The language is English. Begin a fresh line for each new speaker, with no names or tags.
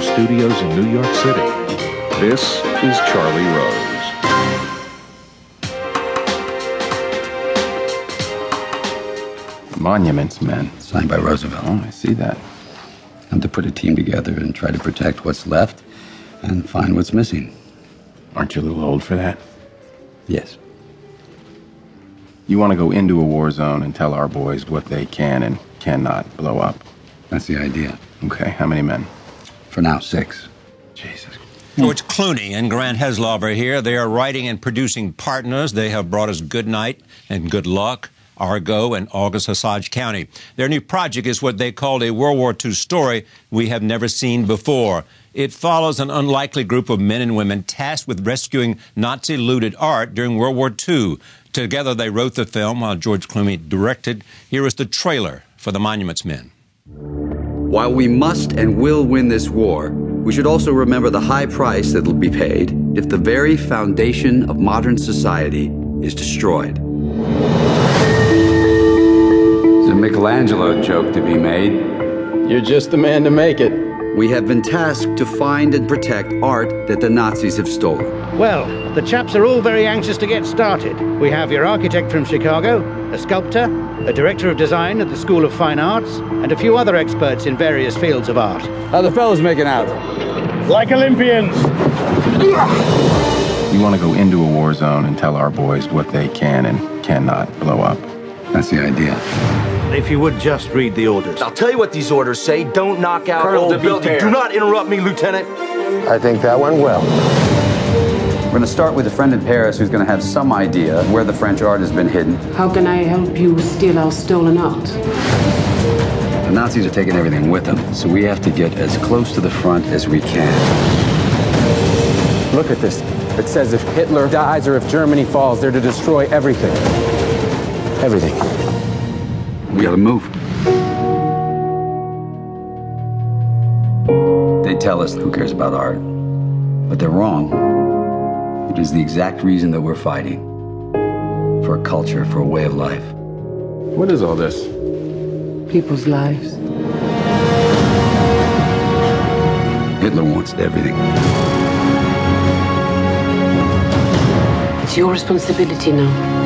studios in New York City. This is Charlie Rose.
Monuments men.
Signed by Roosevelt.
Oh, I see that.
And to put a team together and try to protect what's left and find what's missing.
Aren't you a little old for that?
Yes.
You want to go into a war zone and tell our boys what they can and cannot blow up.
That's the idea.
Okay, how many men?
For now, six.
Jesus.
George Clooney and Grant Heslov are here. They are writing and producing partners. They have brought us Good Night and Good Luck, Argo, and August Osage County. Their new project is what they called a World War II story we have never seen before. It follows an unlikely group of men and women tasked with rescuing Nazi looted art during World War II. Together, they wrote the film while George Clooney directed. Here is the trailer for The Monuments Men.
While we must and will win this war, we should also remember the high price that will be paid if the very foundation of modern society is destroyed.
There's a Michelangelo joke to be made.
You're just the man to make it.
We have been tasked to find and protect art that the Nazis have stolen.
Well, the chaps are all very anxious to get started. We have your architect from Chicago, a sculptor, a director of design at the School of Fine Arts, and a few other experts in various fields of art.
How the fellas making out?
Like Olympians.
You want to go into a war zone and tell our boys what they can and cannot blow up.
That's the idea.
If you would just read the orders.
I'll tell you what these orders say. Don't knock out
Colonel,
old
to be
buildings.
fair.
Do not interrupt me, Lieutenant.
I think that went well.
We're going to start with a friend in Paris who's going to have some idea where the French art has been hidden.
How can I help you steal our stolen art?
The Nazis are taking everything with them, so we have to get as close to the front as we can.
Look at this. It says if Hitler dies or if Germany falls, they're to destroy everything. Everything.
We gotta move. They tell us who cares about art, but they're wrong. It is the exact reason that we're fighting for a culture, for a way of life.
What is all this?
People's lives.
Hitler wants everything.
It's your responsibility now.